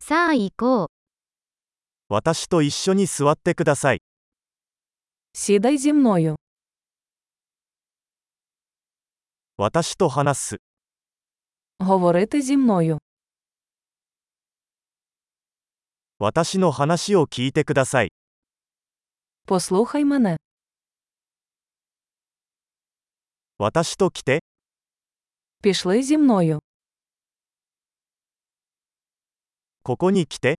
さあ行こう。私と一緒に座ってください。 Сідай зі мною. 私と話す。 Говорити зі мною. 私の話を聞いてください。 Послухай мене. 私と来て、 Пішли зі мною. ここに来て、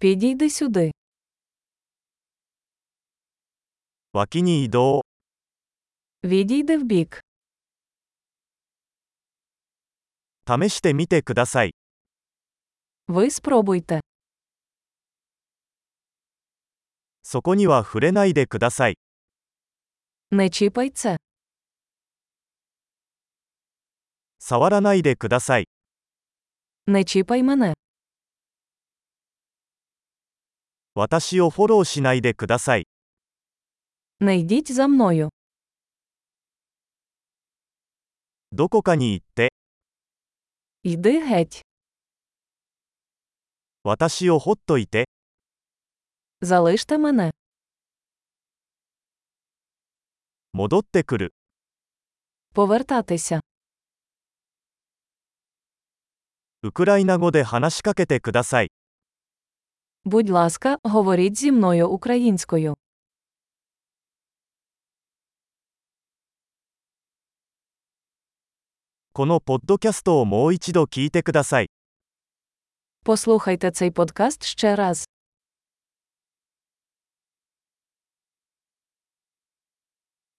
Підійди сюди. 脇に移動、 Відійди вбік. 試してみてください。 Ви спробуйте. そこには触れないでください。 Не чіпай це. 触らないでください。 Не чіпай мене. 私をフォローしないでください。 Не йдіть за мною. どこかに行って、 Йди геть. 私をほっといて、 Залиште мене. 戻ってくる。 Повертатися. ウクライナ語で話しかけてください。 Будь ласка, говоріть зі мною українською. このポッドキャストをもう一度聞いてください。 Послухайте цей подкаст ще раз.